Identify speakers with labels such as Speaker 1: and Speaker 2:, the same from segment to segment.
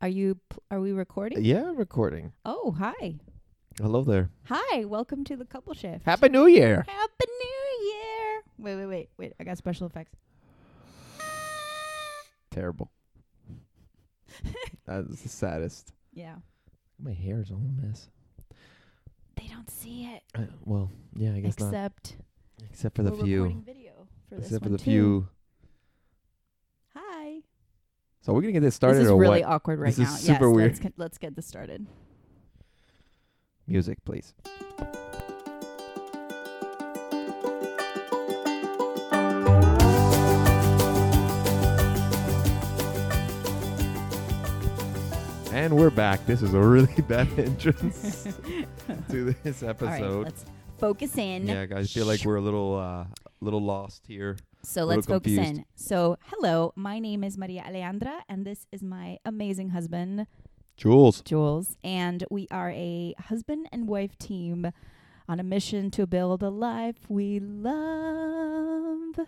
Speaker 1: Are you? pl- Are we recording?
Speaker 2: Yeah, recording.
Speaker 1: Oh, hi,
Speaker 2: Hello there.
Speaker 1: hi. Welcome to the couple shift.
Speaker 2: Happy New Year.
Speaker 1: Happy New Year. Wait, wait, wait, wait. I got special effects.
Speaker 2: Terrible. that is the saddest.
Speaker 1: Yeah,
Speaker 2: My hair is all a mess.
Speaker 1: they don't see it
Speaker 2: Uh, well, yeah, I guess not.
Speaker 1: except
Speaker 2: Except for the
Speaker 1: we're recording
Speaker 2: few.
Speaker 1: video for this
Speaker 2: Except for
Speaker 1: one too.
Speaker 2: the few.
Speaker 1: Hi.
Speaker 2: So we're gonna get this started
Speaker 1: this is
Speaker 2: or
Speaker 1: really
Speaker 2: what?
Speaker 1: awkward right
Speaker 2: This is
Speaker 1: now.
Speaker 2: super
Speaker 1: yes,
Speaker 2: weird.
Speaker 1: Let's, get- let's get this started.
Speaker 2: Music, please. And we're back. This is a really bad entrance to this
Speaker 1: All right,
Speaker 2: episode.
Speaker 1: let's focus in.
Speaker 2: Yeah, guys, feel like we're a little uh, little lost here.
Speaker 1: So
Speaker 2: A
Speaker 1: let's
Speaker 2: little
Speaker 1: focus
Speaker 2: confused.
Speaker 1: in. So, hello, my name is Maria Alejandra, and this is my amazing husband,
Speaker 2: Jules.
Speaker 1: Jules. And we are a husband and wife team on a mission to build a life we love.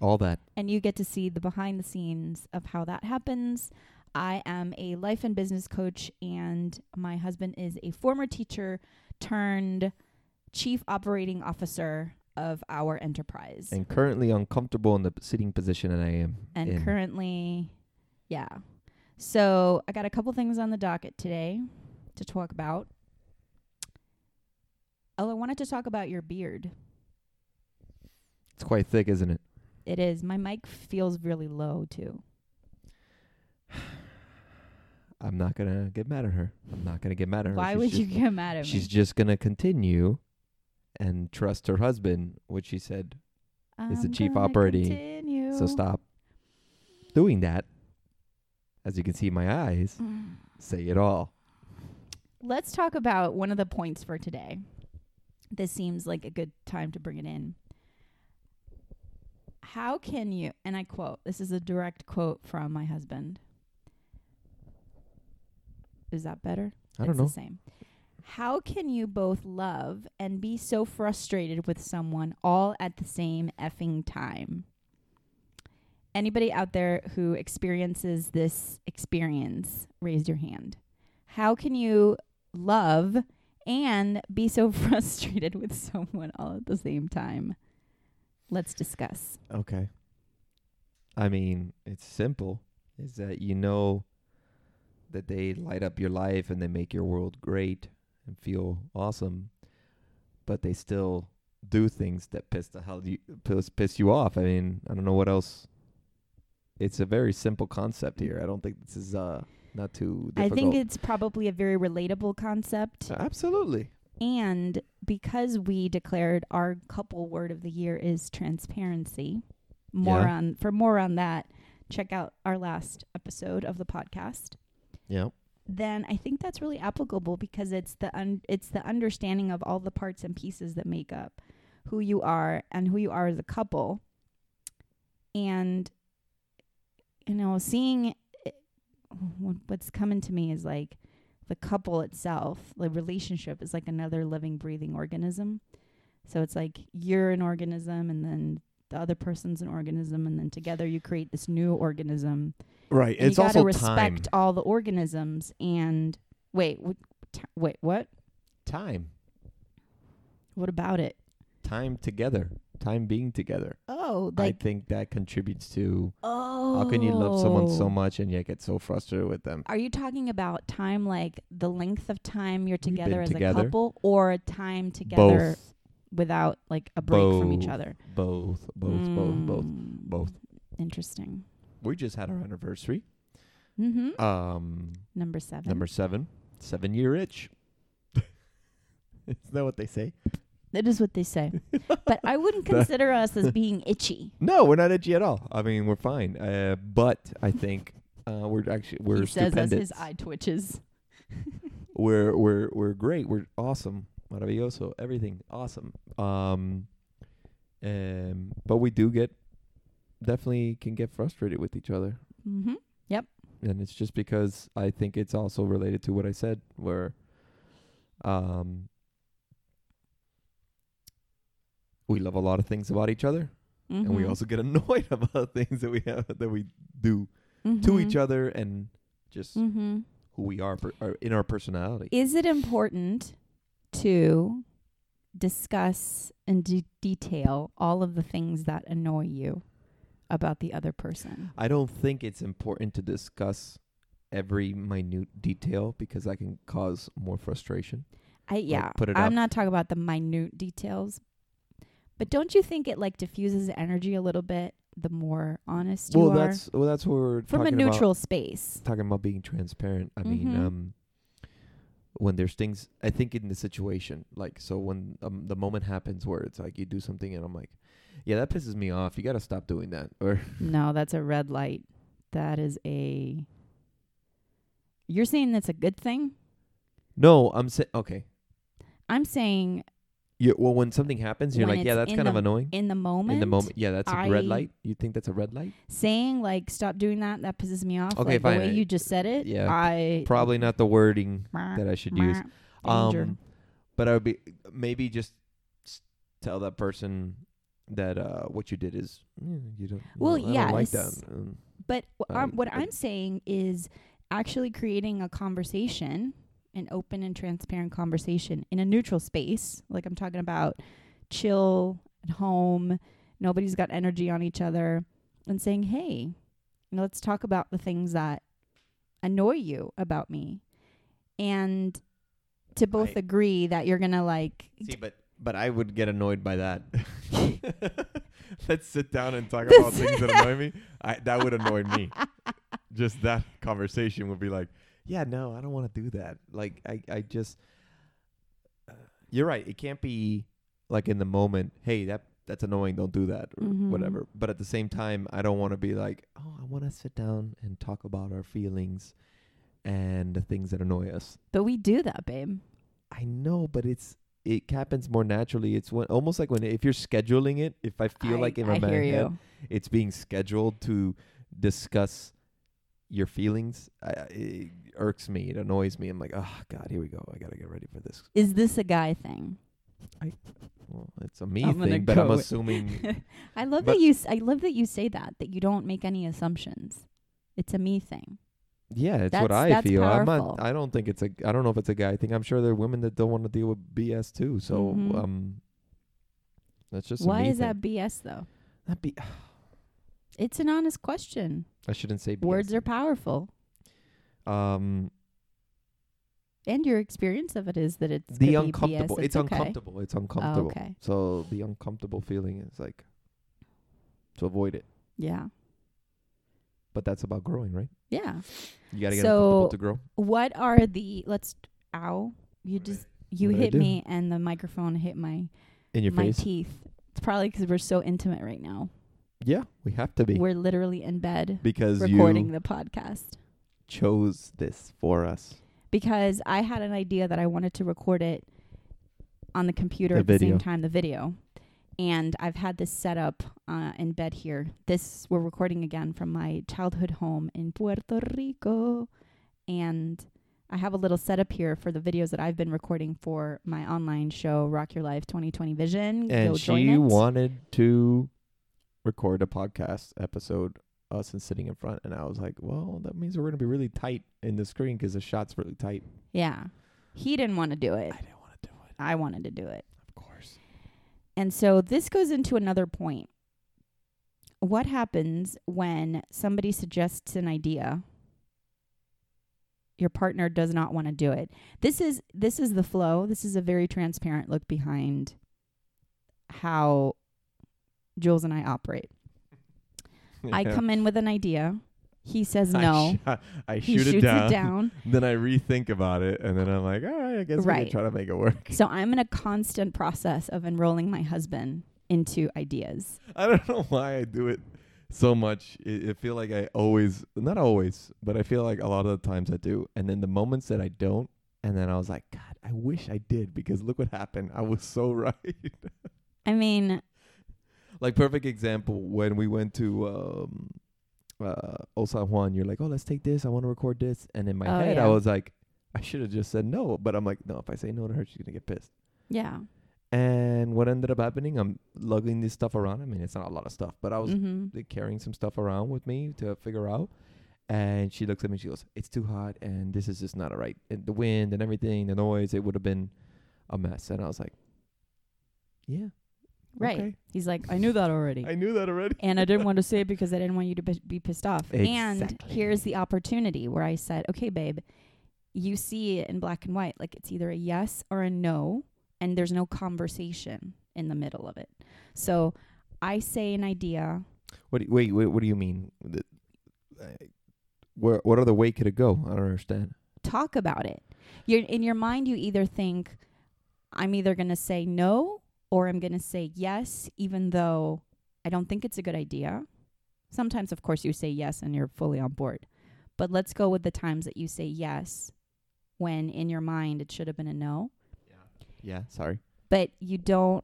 Speaker 2: All that.
Speaker 1: And you get to see the behind the scenes of how that happens. I am a life and business coach, and my husband is a former teacher turned chief operating officer of our enterprise.
Speaker 2: And currently uncomfortable in the p- sitting position that I am
Speaker 1: and
Speaker 2: in.
Speaker 1: currently yeah so i got a couple things on the docket today to talk about oh i wanted to talk about your beard
Speaker 2: it's quite thick, isn't it?
Speaker 1: it is my mic feels really low too
Speaker 2: I'm not gonna get mad at her. I'm not gonna get mad at her.
Speaker 1: why
Speaker 2: She's
Speaker 1: would
Speaker 2: just,
Speaker 1: you get mad at
Speaker 2: She's
Speaker 1: me
Speaker 2: just gonna continue and trust her husband, which she said. is the
Speaker 1: I'm
Speaker 2: chief
Speaker 1: gonna
Speaker 2: operating,
Speaker 1: continue.
Speaker 2: So stop doing that. As you can see, my eyes
Speaker 1: Mm.
Speaker 2: say it all.
Speaker 1: let's talk about one of the points for today this seems like a good time to bring it in how can you and i quote this is a direct quote from my husband is that better
Speaker 2: I don't
Speaker 1: it's
Speaker 2: know.
Speaker 1: the same. How can you both love and be so frustrated with someone all at the same effing time? Anybody out there who experiences this experience, raise your hand. How can you love and be so frustrated with someone all at the same time? Let's discuss.
Speaker 2: Okay. I mean, it's simple. Is that you know that they light up your life and they make your world great and feel awesome, but they still do things that piss the hell you piss, piss you off. I mean, I don't know what else. It's a very simple concept here. I don't think this is uh not too difficult.
Speaker 1: I think it's probably a very relatable concept.
Speaker 2: absolutely.
Speaker 1: And because we declared our couple word of the year is transparency, more
Speaker 2: Yeah.
Speaker 1: on for more on that, check out our last episode of the podcast.
Speaker 2: Yeah.
Speaker 1: Then I think that's really applicable because it's the un- it's the understanding of all the parts and pieces that make up who you are and who you are as a couple. And you know, seeing it, what- what's coming to me is like the couple itself, the relationship is like another living, breathing organism. So it's like you're an organism, and then the other person's an organism, and then together you create this new organism.
Speaker 2: Right.
Speaker 1: And you gotta respect all the organisms. And wait, what, t- wait, what?
Speaker 2: Time.
Speaker 1: What about it?
Speaker 2: Time together. Time being together.
Speaker 1: Oh, like
Speaker 2: I think that contributes to
Speaker 1: oh.
Speaker 2: How can you love someone so much and yet get so frustrated with them?
Speaker 1: Are you talking about time, like the length of time you're
Speaker 2: been
Speaker 1: together as
Speaker 2: together?
Speaker 1: a couple, or time together without like a break from each
Speaker 2: Both.
Speaker 1: other?
Speaker 2: Both, both, both, both,
Speaker 1: Mm.
Speaker 2: both.
Speaker 1: Interesting.
Speaker 2: We just had our anniversary.
Speaker 1: Mm-hmm.
Speaker 2: Um,
Speaker 1: number seven.
Speaker 2: number seven, seven year itch. Isn't that what they say?
Speaker 1: that is what they say. but I wouldn't consider us as being itchy.
Speaker 2: No, we're not itchy at all. I mean, we're fine. Uh, but I think uh, we're actually we're
Speaker 1: he says as
Speaker 2: stupendous.
Speaker 1: his eye twitches.
Speaker 2: we're we're we're great. We're awesome. Maravilloso. Everything awesome. Um, um, but we do get definitely can get frustrated with each other.
Speaker 1: Mm-hmm.
Speaker 2: and it's just because I think it's also related to what I said, where um, we love a lot of things about each other, and
Speaker 1: Mm-hmm.
Speaker 2: we also get annoyed about things that we have that we do to each other and just
Speaker 1: Mm-hmm.
Speaker 2: who we are, per, are in our personality.
Speaker 1: Is it important to discuss in de- detail all of the things that annoy you about the other person?
Speaker 2: I don't think it's important to discuss every minute detail because that can cause more frustration.
Speaker 1: I yeah.
Speaker 2: put it
Speaker 1: I'm
Speaker 2: out-
Speaker 1: not talking about the minute details. But don't you think it like diffuses energy a little bit the more honest
Speaker 2: well,
Speaker 1: you are
Speaker 2: that's well, that's what we're
Speaker 1: from a
Speaker 2: talking
Speaker 1: neutral space?
Speaker 2: about. Talking about being transparent. I mean,
Speaker 1: Mhm.
Speaker 2: um, when there's things, I think in the situation, like so, when um, the moment happens where it's like you do something and I'm like, yeah, that pisses me off. You got to stop doing that. Or
Speaker 1: No, that's a red light. That is a You're saying that's a good thing?
Speaker 2: no, I'm saying okay.
Speaker 1: I'm saying
Speaker 2: You, well, when something happens, you're
Speaker 1: When
Speaker 2: like, yeah,
Speaker 1: it's
Speaker 2: that's
Speaker 1: in
Speaker 2: kind of
Speaker 1: the-
Speaker 2: annoying.
Speaker 1: in the moment
Speaker 2: in the moment, yeah, that's a red
Speaker 1: I-
Speaker 2: light. You think that's a red light?
Speaker 1: saying like stop doing that that pisses me off
Speaker 2: Okay,
Speaker 1: like
Speaker 2: fine,
Speaker 1: the way
Speaker 2: I-
Speaker 1: you just said it
Speaker 2: yeah,
Speaker 1: i
Speaker 2: Probably not the wording
Speaker 1: that
Speaker 2: that I should use.
Speaker 1: danger
Speaker 2: Um, but I would be maybe just s- tell that person that uh, what you did is mm, you don't.
Speaker 1: Well,
Speaker 2: no, I don't like that.
Speaker 1: yes.
Speaker 2: Um,
Speaker 1: but w-
Speaker 2: I-
Speaker 1: um, what
Speaker 2: I-
Speaker 1: i'm saying is actually creating a conversation an open and transparent conversation in a neutral space like i'm talking about chill at home nobody's got energy on each other and saying hey you know, let's talk about the things that annoy you about me and to both
Speaker 2: I-
Speaker 1: agree that you're gonna like
Speaker 2: see, but but I would get annoyed by that. Let's sit down and talk
Speaker 1: This-
Speaker 2: about things that annoy me. I, that would annoy me. just that conversation would be like, yeah, no, I don't want to do that. Like, I, I just, uh, you're right. It can't be like in the moment. Hey, that that's annoying. Don't do that or
Speaker 1: Mhm.
Speaker 2: whatever. But at the same time, I don't want to be like, oh, I want to sit down and talk about our feelings and the things that annoy us.
Speaker 1: But we do that, babe.
Speaker 2: I know, but it's it happens more naturally. It's when, almost like when if you're scheduling it. If I feel
Speaker 1: I,
Speaker 2: like in
Speaker 1: I
Speaker 2: my
Speaker 1: hear
Speaker 2: head,
Speaker 1: you.
Speaker 2: it's being scheduled to discuss your feelings I, I- it irks me it annoys me i'm like oh god here we go i gotta get ready for this
Speaker 1: Is this a guy thing?
Speaker 2: well it's a me
Speaker 1: I'm gonna
Speaker 2: thing but i'm
Speaker 1: go with-
Speaker 2: assuming
Speaker 1: I love
Speaker 2: But-
Speaker 1: that you. s I love that you say that. That you don't make any assumptions. It's a me thing.
Speaker 2: yeah it's what
Speaker 1: That's-
Speaker 2: i
Speaker 1: that's
Speaker 2: feel i'm not
Speaker 1: powerful.
Speaker 2: i don't think it's a i don't know if it's a guy thing i'm sure there are women that don't want to deal with bs too so
Speaker 1: Mhm.
Speaker 2: um that's just a
Speaker 1: Why
Speaker 2: me
Speaker 1: is
Speaker 2: thing.
Speaker 1: that BS though?
Speaker 2: Not be
Speaker 1: It's an honest question.
Speaker 2: i shouldn't say BS.
Speaker 1: Words are powerful,
Speaker 2: um
Speaker 1: and your experience of it is that it's
Speaker 2: the
Speaker 1: could be
Speaker 2: uncomfortable
Speaker 1: BS.
Speaker 2: it's,
Speaker 1: okay.
Speaker 2: uncomfortable it's
Speaker 1: Oh,
Speaker 2: uncomfortable
Speaker 1: okay.
Speaker 2: so the uncomfortable feeling is like to avoid it
Speaker 1: Yeah.
Speaker 2: but that's about growing right
Speaker 1: Yeah.
Speaker 2: You gotta get
Speaker 1: So-
Speaker 2: uncomfortable to grow.
Speaker 1: What are the? Let's. Ow! You
Speaker 2: What did I-
Speaker 1: just. You
Speaker 2: what did I
Speaker 1: hit
Speaker 2: do?
Speaker 1: me, and the microphone hit my
Speaker 2: In your
Speaker 1: my
Speaker 2: face.
Speaker 1: teeth. It's probably because we're so intimate right now.
Speaker 2: yeah, we have to be
Speaker 1: We're literally in bed
Speaker 2: because
Speaker 1: recording
Speaker 2: you
Speaker 1: the podcast
Speaker 2: chose this for us.
Speaker 1: because I had an idea that I wanted to record it on the computer
Speaker 2: The
Speaker 1: at the
Speaker 2: video.
Speaker 1: same time the video, and I've had this set up uh, in bed here. This we're recording again from my childhood home in Puerto Rico, and I have a little setup here for the videos that I've been recording for my online show Rock Your Life 2020 Vision.
Speaker 2: And
Speaker 1: Go join
Speaker 2: she
Speaker 1: it.
Speaker 2: wanted to record a podcast episode us and sitting in front, and I was like, "Well, that means we're gonna be really tight in the screen because the shot's really tight."
Speaker 1: yeah, he didn't want to do it.
Speaker 2: I didn't want to do it,
Speaker 1: I wanted to do it.
Speaker 2: of course.
Speaker 1: And so this goes into another point. What happens when somebody suggests an idea? Your partner does not want to do it. This is this is the flow. This is a very transparent look behind how Jules and I operate. I come in with an idea. He says no.
Speaker 2: I, sh- I
Speaker 1: he
Speaker 2: shoot
Speaker 1: shoots
Speaker 2: it down,
Speaker 1: it down.
Speaker 2: Then I rethink about it, and then I'm like, "All right, I guess we
Speaker 1: Right.
Speaker 2: can try to make it work."
Speaker 1: So I'm in a constant process of enrolling my husband into ideas.
Speaker 2: I don't know why I do it so much. I I feel like I always, not always, but I feel like a lot of the times I do. And then the moments that I don't, and then I was like, God, I wish I did because look what happened. I was so right.
Speaker 1: I mean,
Speaker 2: like perfect example when we went to um, uh, O San Juan. You're like, oh, let's take this. I want to record this. And in my
Speaker 1: Oh,
Speaker 2: head, I
Speaker 1: yeah.
Speaker 2: was like, I should have just said no. But I'm like, no. If I say no to her, she's gonna get pissed.
Speaker 1: yeah.
Speaker 2: And what ended up happening, I'm lugging this stuff around. I mean, it's not a lot of stuff, but I was
Speaker 1: Mhm.
Speaker 2: like, carrying some stuff around with me to figure out. And she looks at me and she goes, It's too hot and this is just not all right. And the wind and everything, the noise, it would have been a mess. And I was like, Yeah.
Speaker 1: Right.
Speaker 2: okay.
Speaker 1: He's like, I knew that already.
Speaker 2: I knew that already.
Speaker 1: and I didn't want to say it because I didn't want you to be be pissed off. And
Speaker 2: Exactly.
Speaker 1: here's the opportunity where I said, okay, babe, you see it in black and white. Like it's either a yes or a no, and there's no conversation in the middle of it. So I say an idea.
Speaker 2: What do you, wait, wait, what do you mean? The- like, Where what other way could it go? I don't understand.
Speaker 1: talk about it. You're, in your mind, you either think, I'm either going to say no or I'm going to say yes, even though I don't think it's a good idea. Sometimes, of course, you say yes and you're fully on board. But let's go with the times that you say yes when in your mind it should have been a no.
Speaker 2: Yeah, sorry.
Speaker 1: But you don't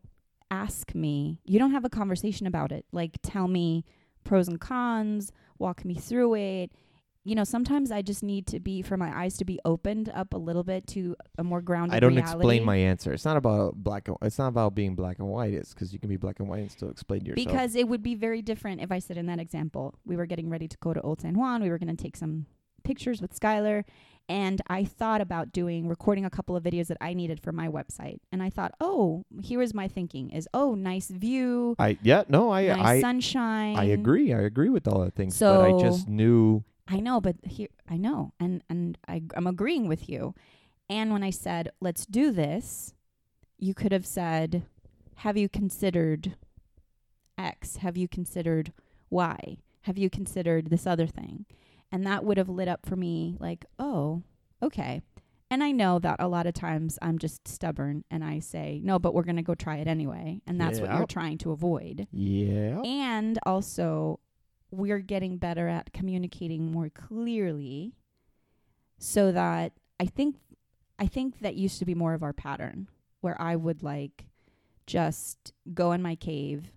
Speaker 1: ask me, you don't have a conversation about it. Like, tell me pros and cons, walk me through it. You know, sometimes I just need to be for my eyes to be opened up a little bit to a more grounded.
Speaker 2: I don't
Speaker 1: reality.
Speaker 2: explain my answer. It's not about black and it's not about being black and white. It's because you can be black and white and still explain to yourself.
Speaker 1: because it would be very different if I said in that example, we were getting ready to go to Old San Juan, we were going to take some pictures with Skylar, and I thought about doing recording a couple of videos that I needed for my website, and I thought, oh, here is my thinking: is oh, nice view,
Speaker 2: I yeah no I
Speaker 1: nice
Speaker 2: I
Speaker 1: sunshine.
Speaker 2: I agree I agree with all the things but I just
Speaker 1: So-
Speaker 2: knew
Speaker 1: I know, but here I know, and and I, I'm agreeing with you. And when I said let's do this, you could have said, "Have you considered X? Have you considered Y? Have you considered this other thing?" And that would have lit up for me, like, "Oh, okay." And I know that a lot of times I'm just stubborn and I say, "No, but we're going to go try it anyway," and that's what you're
Speaker 2: Yep.
Speaker 1: trying to avoid.
Speaker 2: yeah
Speaker 1: And also, we're getting better at communicating more clearly so that I think I think that used to be more of our pattern where I would like just go in my cave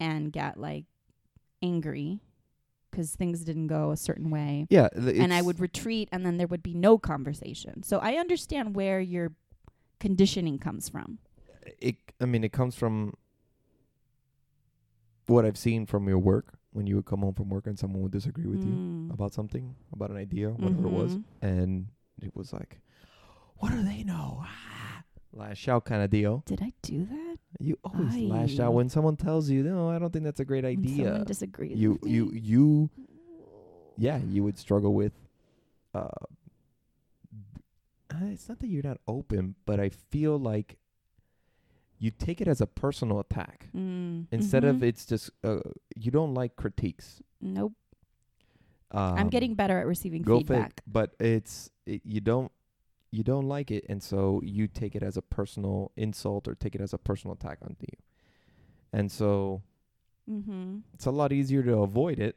Speaker 1: and get like angry cuz things didn't go a certain way
Speaker 2: yeah th-
Speaker 1: and I
Speaker 2: it's-
Speaker 1: would retreat and then there would be no conversation. So I understand where your conditioning comes from.
Speaker 2: it I mean it comes from what I've seen from your work when you would come home from work and someone would disagree with you
Speaker 1: Mm.
Speaker 2: about something about an idea whatever it was
Speaker 1: Mhm.
Speaker 2: and it was like what do they know Ah, lash out kind of deal
Speaker 1: Did I do that?
Speaker 2: you always lash out
Speaker 1: Aye.
Speaker 2: when someone tells you no I don't think that's a great
Speaker 1: When Someone
Speaker 2: idea
Speaker 1: disagrees.
Speaker 2: you
Speaker 1: with me?
Speaker 2: you you yeah you would struggle with uh, b- uh, it's not that you're not open but i feel like you take it as a personal attack
Speaker 1: Mm,
Speaker 2: instead of
Speaker 1: mhm.
Speaker 2: it's just uh, you don't like critiques
Speaker 1: Mm-hmm. Nope.
Speaker 2: um,
Speaker 1: I'm getting better at receiving
Speaker 2: go
Speaker 1: feedback.
Speaker 2: fake but it's it, you don't you don't like it and so you take it as a personal insult or take it as a personal attack on you and so
Speaker 1: Mm-hmm.
Speaker 2: it's a lot easier to avoid it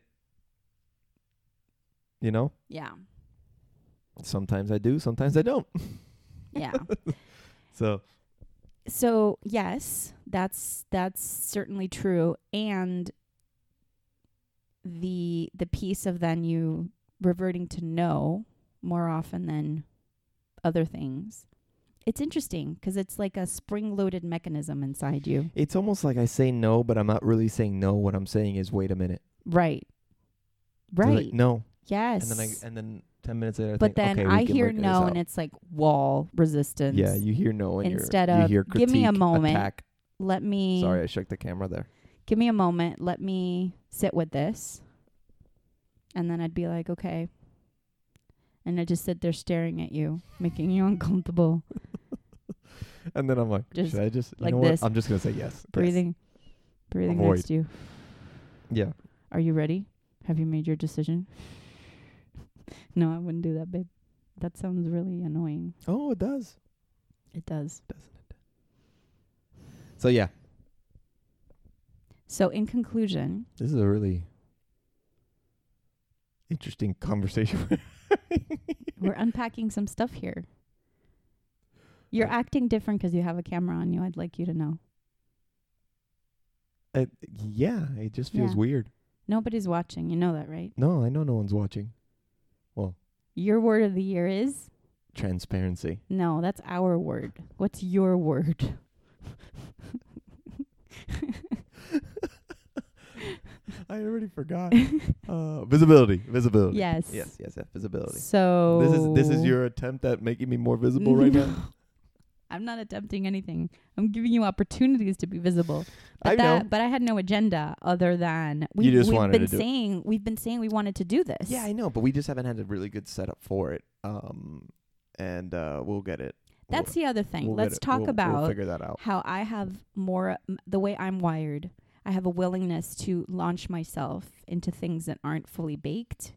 Speaker 2: you know
Speaker 1: Yeah.
Speaker 2: sometimes i do sometimes i don't
Speaker 1: Yeah.
Speaker 2: so
Speaker 1: so yes, that's that's certainly true. And the the piece of then you reverting to no more often than other things. It's interesting because it's like a spring-loaded mechanism inside you,
Speaker 2: it's almost like i say no but i'm not really saying no what i'm saying is wait a minute
Speaker 1: right?
Speaker 2: So it's
Speaker 1: Right.
Speaker 2: like, no
Speaker 1: Yes.
Speaker 2: and then i and then 10 minutes later I
Speaker 1: but
Speaker 2: think,
Speaker 1: then
Speaker 2: okay, we
Speaker 1: I
Speaker 2: can
Speaker 1: hear
Speaker 2: work this
Speaker 1: no, and
Speaker 2: out.
Speaker 1: it's like wall resistance.
Speaker 2: yeah you hear no and you're-
Speaker 1: instead
Speaker 2: you
Speaker 1: of,
Speaker 2: hear
Speaker 1: "Give me a
Speaker 2: critique,
Speaker 1: moment." Mm.
Speaker 2: attack.
Speaker 1: let me
Speaker 2: sorry i shook the camera there
Speaker 1: give me a moment let me sit with this and then i'd be like okay and i just sit there staring at you making you uncomfortable
Speaker 2: and then i'm like
Speaker 1: Just
Speaker 2: should i just you
Speaker 1: like
Speaker 2: know what?
Speaker 1: this.
Speaker 2: i'm just gonna say yes yes.
Speaker 1: breathing breathing
Speaker 2: Avoid.
Speaker 1: next to you
Speaker 2: yeah
Speaker 1: are you ready have you made your decision no i wouldn't do that babe that sounds really annoying
Speaker 2: oh it does
Speaker 1: it does
Speaker 2: doesn't it so yeah
Speaker 1: so in conclusion
Speaker 2: This is a really interesting conversation.
Speaker 1: we're unpacking some stuff here you're
Speaker 2: Yeah.
Speaker 1: acting different 'cause you have a camera on you i'd like you to know
Speaker 2: uh, yeah, it just feels
Speaker 1: Yeah.
Speaker 2: weird.
Speaker 1: nobody's watching you know that right
Speaker 2: No, I know no one's watching.
Speaker 1: your word of the year is
Speaker 2: Transparency.
Speaker 1: No, that's our word. What's your word?
Speaker 2: I already forgot. uh, visibility, visibility.
Speaker 1: Yes.
Speaker 2: Yes, yes, yes, visibility.
Speaker 1: So
Speaker 2: This is this is your attempt at making me more visible right now.
Speaker 1: I'm not attempting anything. I'm giving you opportunities to be visible. But
Speaker 2: I
Speaker 1: that,
Speaker 2: know.
Speaker 1: but I had no agenda other than we,
Speaker 2: You just
Speaker 1: we've
Speaker 2: wanted
Speaker 1: been
Speaker 2: to do it.
Speaker 1: saying we've been saying we wanted to do this.
Speaker 2: Yeah, I know, but we just haven't had a really good setup for it. Um, and uh, we'll get it. We'll-
Speaker 1: That's the other thing.
Speaker 2: we'll get
Speaker 1: Let's
Speaker 2: it.
Speaker 1: talk
Speaker 2: We'll-
Speaker 1: about
Speaker 2: We'll figure that out.
Speaker 1: how I have more m- the way I'm wired. I have a willingness to launch myself into things that aren't fully baked,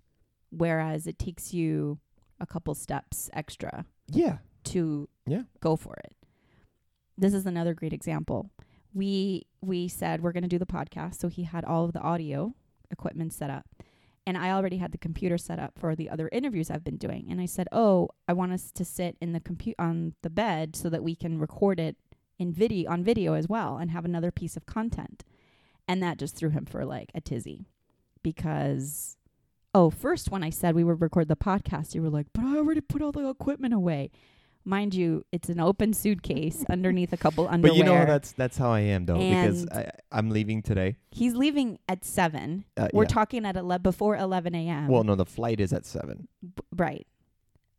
Speaker 1: whereas it takes you a couple steps extra
Speaker 2: Yeah.
Speaker 1: to
Speaker 2: Yeah.
Speaker 1: go for it. This is another great example. We we said we're going to do the podcast, so he had all of the audio equipment set up. And I already had the computer set up for the other interviews I've been doing. And I said, "Oh, I want us to sit in the compute on the bed so that we can record it in video on video as well and have another piece of content." And that just threw him for like a tizzy because oh, first when I said we would record the podcast, you were like, "But I already put all the equipment away." mind you, it's an open suitcase underneath a couple underwear.
Speaker 2: But you know that's that's how I am though because
Speaker 1: And-
Speaker 2: I, I'm leaving today.
Speaker 1: he's leaving at seven.
Speaker 2: Uh,
Speaker 1: We're
Speaker 2: yeah.
Speaker 1: talking at ele- before eleven a.m.
Speaker 2: Well, no, the flight is at seven.
Speaker 1: B- right.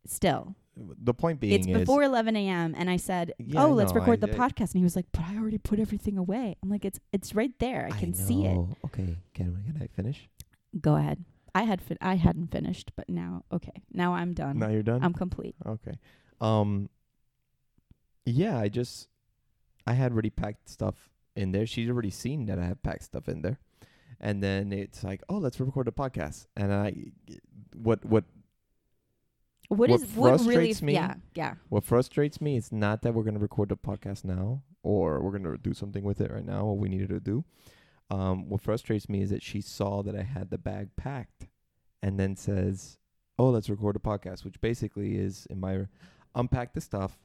Speaker 1: Still,
Speaker 2: The point being
Speaker 1: it's
Speaker 2: is
Speaker 1: before eleven a.m. And I said,
Speaker 2: Yeah, I
Speaker 1: "Oh, let's
Speaker 2: know.
Speaker 1: record
Speaker 2: I-
Speaker 1: the
Speaker 2: I-
Speaker 1: podcast," and he was like, "But I already put everything away." I'm like, "It's it's right there. I can see it.
Speaker 2: know. Okay, can can I finish?
Speaker 1: Go ahead." I had fin- I hadn't finished, but now okay, now I'm done.
Speaker 2: now you're done.
Speaker 1: I'm complete.
Speaker 2: Okay. Um Yeah, I just I had already packed stuff in there. She's already seen that I have packed stuff in there. And then it's like, "Oh, let's record a podcast." And I what what
Speaker 1: What
Speaker 2: What
Speaker 1: is what really?
Speaker 2: frustrates me-
Speaker 1: Yeah, yeah.
Speaker 2: what frustrates me is not that we're going to record the podcast now or we're going to do something with it right now what we needed to do. Um what frustrates me is that she saw that I had the bag packed and then says, "Oh, let's record a podcast," which basically is in my unpack the stuff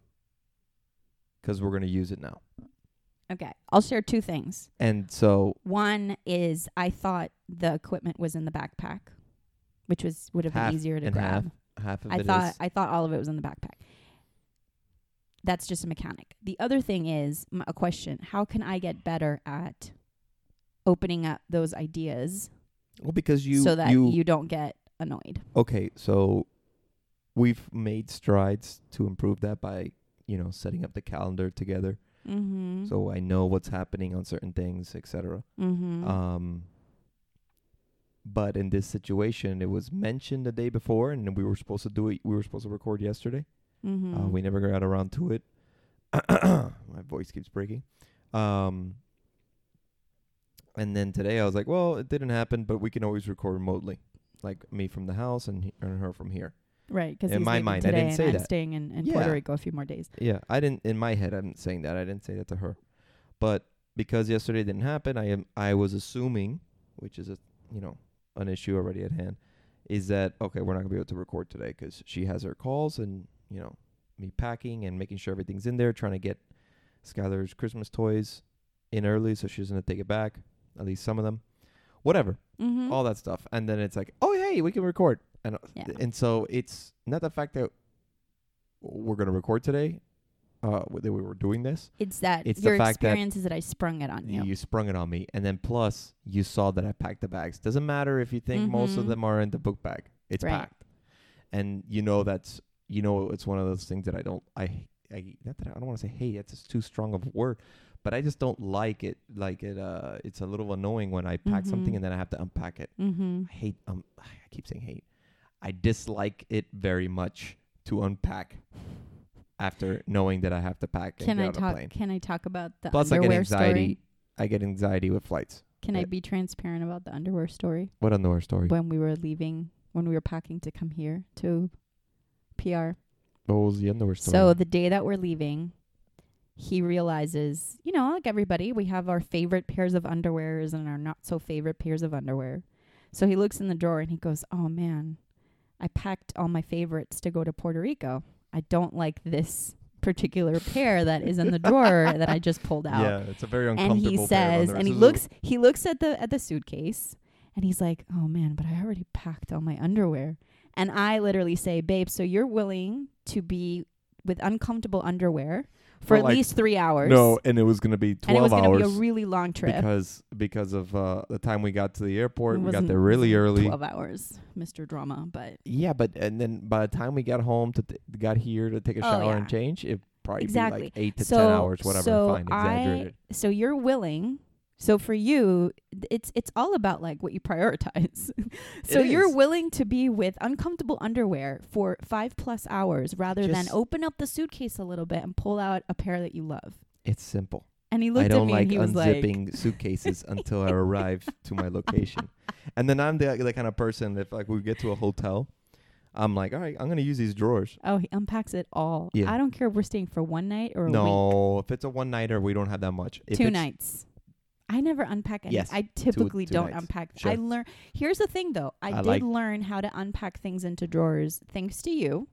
Speaker 2: because we're going to use it now.
Speaker 1: Okay, I'll share two things.
Speaker 2: And so
Speaker 1: One is I thought the equipment was in the backpack, which was would have
Speaker 2: Half
Speaker 1: been easier to
Speaker 2: and half
Speaker 1: grab.
Speaker 2: half of it
Speaker 1: I
Speaker 2: is
Speaker 1: thought I thought all of it was in the backpack. That's just a mechanic. The other thing is m- a question: How can I get better at opening up those ideas
Speaker 2: well because you
Speaker 1: so that
Speaker 2: you,
Speaker 1: you, don't get annoyed?
Speaker 2: okay so we've made strides to improve that by you know setting up the calendar together
Speaker 1: Mm-hmm.
Speaker 2: so I know what's happening on certain things etc.
Speaker 1: mm-hmm.
Speaker 2: Um, but in this situation, it was mentioned the day before, and we were supposed to do it. We were supposed to record yesterday.
Speaker 1: mm-hmm.
Speaker 2: Uh, we never got around to it. My voice keeps breaking. Um, and then today I was like, well, it didn't happen, but we can always record remotely, like me from the house and, he- and her from here.
Speaker 1: right? Because
Speaker 2: in
Speaker 1: he's
Speaker 2: my
Speaker 1: leaving
Speaker 2: mind, I
Speaker 1: today
Speaker 2: didn't
Speaker 1: and
Speaker 2: say
Speaker 1: I'm
Speaker 2: that.
Speaker 1: staying in, in
Speaker 2: Yeah.
Speaker 1: Puerto Rico a few more days.
Speaker 2: Yeah, I didn't. In my head, I'm saying that. I didn't say that to her, but because yesterday didn't happen, I am. I was assuming, which is a you know an issue already at hand, is that okay? We're not gonna be able to record today because she has her calls and you know me packing and making sure everything's in there, trying to get Skylar's Christmas toys in early so she doesn't have to take it back. At least some of them, whatever,
Speaker 1: Mm-hmm.
Speaker 2: all that stuff. And then it's like, oh hey, we can record. And uh,
Speaker 1: yeah.
Speaker 2: and so it's not the fact that we're going to record today, uh, w- that we were doing this.
Speaker 1: It's that
Speaker 2: It's the
Speaker 1: your
Speaker 2: fact that
Speaker 1: experience is that I sprung it on you.
Speaker 2: You sprung it on me, and then plus you saw that I packed the bags. Doesn't matter if you think most of
Speaker 1: Mhm.
Speaker 2: them are in the book bag; it's
Speaker 1: Right.
Speaker 2: packed, and you know that's you know it's one of those things that I don't I I not that I, I don't want to say hate. That's just too strong of a word, but I just don't like it. Like it, uh, it's a little annoying when I pack something
Speaker 1: Mhm.
Speaker 2: and then I have to unpack it.
Speaker 1: Mm-hmm.
Speaker 2: I hate um I keep saying hate. I dislike it very much to unpack after knowing that I have to pack and
Speaker 1: Can
Speaker 2: get
Speaker 1: I
Speaker 2: on a plane.
Speaker 1: talk? Can I talk about the
Speaker 2: Plus I get
Speaker 1: underwear
Speaker 2: anxiety.
Speaker 1: story?
Speaker 2: I get anxiety with flights.
Speaker 1: Can I
Speaker 2: Yeah.
Speaker 1: be transparent about the underwear story?
Speaker 2: What underwear story?
Speaker 1: When we were leaving, when we were packing to come here to PR.
Speaker 2: What was the underwear story?
Speaker 1: So the day that we're leaving, he realizes, you know, like everybody, we have our favorite pairs of underwears and our not so favorite pairs of underwear. So he looks in the drawer and he goes, "Oh man, I packed all my favorites to go to Puerto Rico. I don't like this particular pair that is in the drawer that I just pulled out."
Speaker 2: it's a very
Speaker 1: and he says and he looks he looks at the at the suitcase and he's like oh man but i already packed all my underwear and i literally say babe so you're willing to be with uncomfortable underwear for
Speaker 3: Well,
Speaker 1: at
Speaker 3: like,
Speaker 1: least three hours.
Speaker 3: No, and it was going to be 12
Speaker 1: and it was
Speaker 3: hours
Speaker 1: to be a really long trip.
Speaker 3: because because of uh, the time we got to the airport,
Speaker 1: It
Speaker 3: we got
Speaker 1: wasn't-
Speaker 3: there really early.
Speaker 1: Twelve hours, Mr. Drama. But
Speaker 3: Yeah, but and then by the time we got home to t- got here to take a
Speaker 1: Oh,
Speaker 3: shower and
Speaker 1: yeah.
Speaker 3: change, it probably be
Speaker 1: Exactly.
Speaker 3: like eight to
Speaker 1: so,
Speaker 3: ten hours, whatever.
Speaker 1: So
Speaker 3: Fine, exaggerated.
Speaker 1: I, so you're willing. So for you, th- it's it's all about like what you prioritize. so
Speaker 3: It
Speaker 1: you're
Speaker 3: is.
Speaker 1: willing to be with uncomfortable underwear for five plus hours rather than
Speaker 3: Just-
Speaker 1: open up the suitcase a little bit and pull out a pair that you love.
Speaker 2: It's simple.
Speaker 1: And he looked
Speaker 2: I don't
Speaker 1: at me
Speaker 2: like
Speaker 1: and he was like,
Speaker 2: unzipping suitcases until I arrive to my location. And then I'm the, the kind of person if like we get to a hotel, I'm like, all right, I'm gonna use these drawers.
Speaker 1: "Oh, he unpacks it all.
Speaker 2: Yeah.
Speaker 1: I don't care if we're staying for one night or a week,
Speaker 2: No, if it's a one nighter, we don't have that much. If
Speaker 1: two
Speaker 2: it's-
Speaker 1: nights." I never unpack any.
Speaker 2: Yes,
Speaker 1: I typically
Speaker 2: two
Speaker 1: do don't
Speaker 2: nights.
Speaker 1: unpack. I
Speaker 2: Sure.
Speaker 1: learn. Here's the thing, though. I,
Speaker 2: I
Speaker 1: did
Speaker 2: like-
Speaker 1: learn how to unpack things into drawers thanks to you.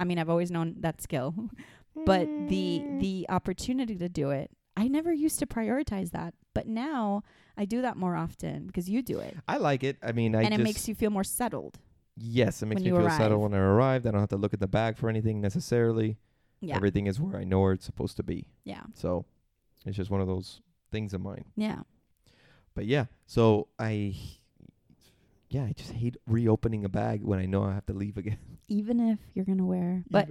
Speaker 1: I mean, I've always known that skill, but the
Speaker 2: Mm.
Speaker 1: the opportunity to do it, I never used to prioritize that, but now I do that more often because you do it,
Speaker 2: I like it. I mean, I
Speaker 1: and
Speaker 2: just
Speaker 1: it makes you feel more settled.
Speaker 2: yes, it makes
Speaker 1: when
Speaker 2: me
Speaker 1: you
Speaker 2: feel settled
Speaker 1: arrive.
Speaker 2: when I arrive. I don't have to look at the bag for anything necessarily.
Speaker 1: Yeah,
Speaker 2: Everything is where I know where it's supposed to be.
Speaker 1: yeah,
Speaker 2: So it's just one of those things of mine.
Speaker 1: yeah.
Speaker 2: But yeah, so I, yeah, I just hate reopening a bag when I know I have to leave again.
Speaker 1: Even if you're gonna wear, but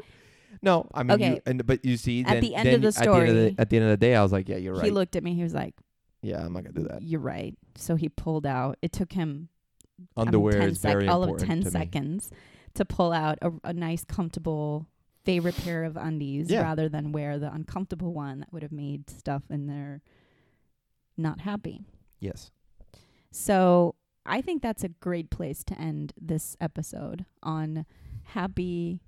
Speaker 2: No, I mean, you,
Speaker 1: Okay.
Speaker 2: and but you see,
Speaker 1: At
Speaker 2: then,
Speaker 1: the end of
Speaker 2: then
Speaker 1: the
Speaker 2: at the end
Speaker 1: story-
Speaker 2: of the, at the end of the day, I was like, yeah, you're
Speaker 1: he
Speaker 2: right.
Speaker 1: looked at me. He was like,
Speaker 2: yeah, I'm not gonna do that.
Speaker 1: "You're right." So he pulled out. It took him I mean,
Speaker 2: Underwear
Speaker 1: 10
Speaker 2: is
Speaker 1: sec-
Speaker 2: very
Speaker 1: all of
Speaker 2: important
Speaker 1: 10
Speaker 2: to me.
Speaker 1: seconds to pull out a, a nice comfortable favorite pair of undies
Speaker 2: Yeah.
Speaker 1: rather than wear the uncomfortable one that would have made stuff in there not happy
Speaker 2: Yes,
Speaker 1: so i think that's a great place to end this episode on happy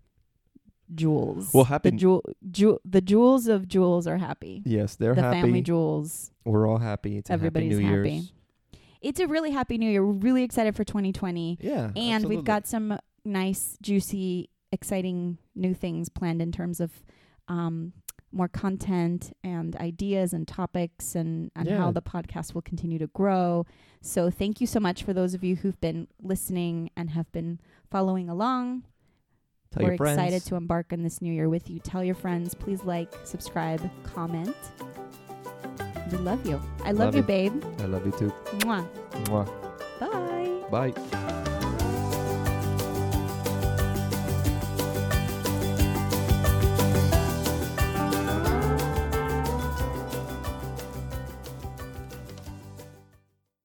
Speaker 1: jewels
Speaker 2: Well, happy-
Speaker 1: the jewel, jewel the jewels of jewels are happy
Speaker 2: yes, they're
Speaker 1: the
Speaker 2: happy.
Speaker 1: family jewels
Speaker 2: We're all happy. It's a
Speaker 1: Everybody's
Speaker 2: happy New
Speaker 1: happy.
Speaker 2: Year's.
Speaker 1: it's a really happy new year we're really excited for 2020
Speaker 2: Yeah,
Speaker 1: and
Speaker 2: absolutely.
Speaker 1: we've got some nice, juicy, exciting new things planned in terms of um, more content and ideas and topics and, and how
Speaker 2: Yeah.
Speaker 1: the podcast will continue to grow. So, thank you so much for those of you who've been listening and have been following along.
Speaker 2: Tell
Speaker 1: We're
Speaker 2: your friends.
Speaker 1: excited to embark on this new year with you. Tell your friends, please like, subscribe, comment. We love you. I love,
Speaker 2: Love
Speaker 1: you,
Speaker 2: you.
Speaker 1: babe.
Speaker 2: I love you too.
Speaker 1: Mwah.
Speaker 2: Mwah.
Speaker 1: Bye.
Speaker 2: Bye.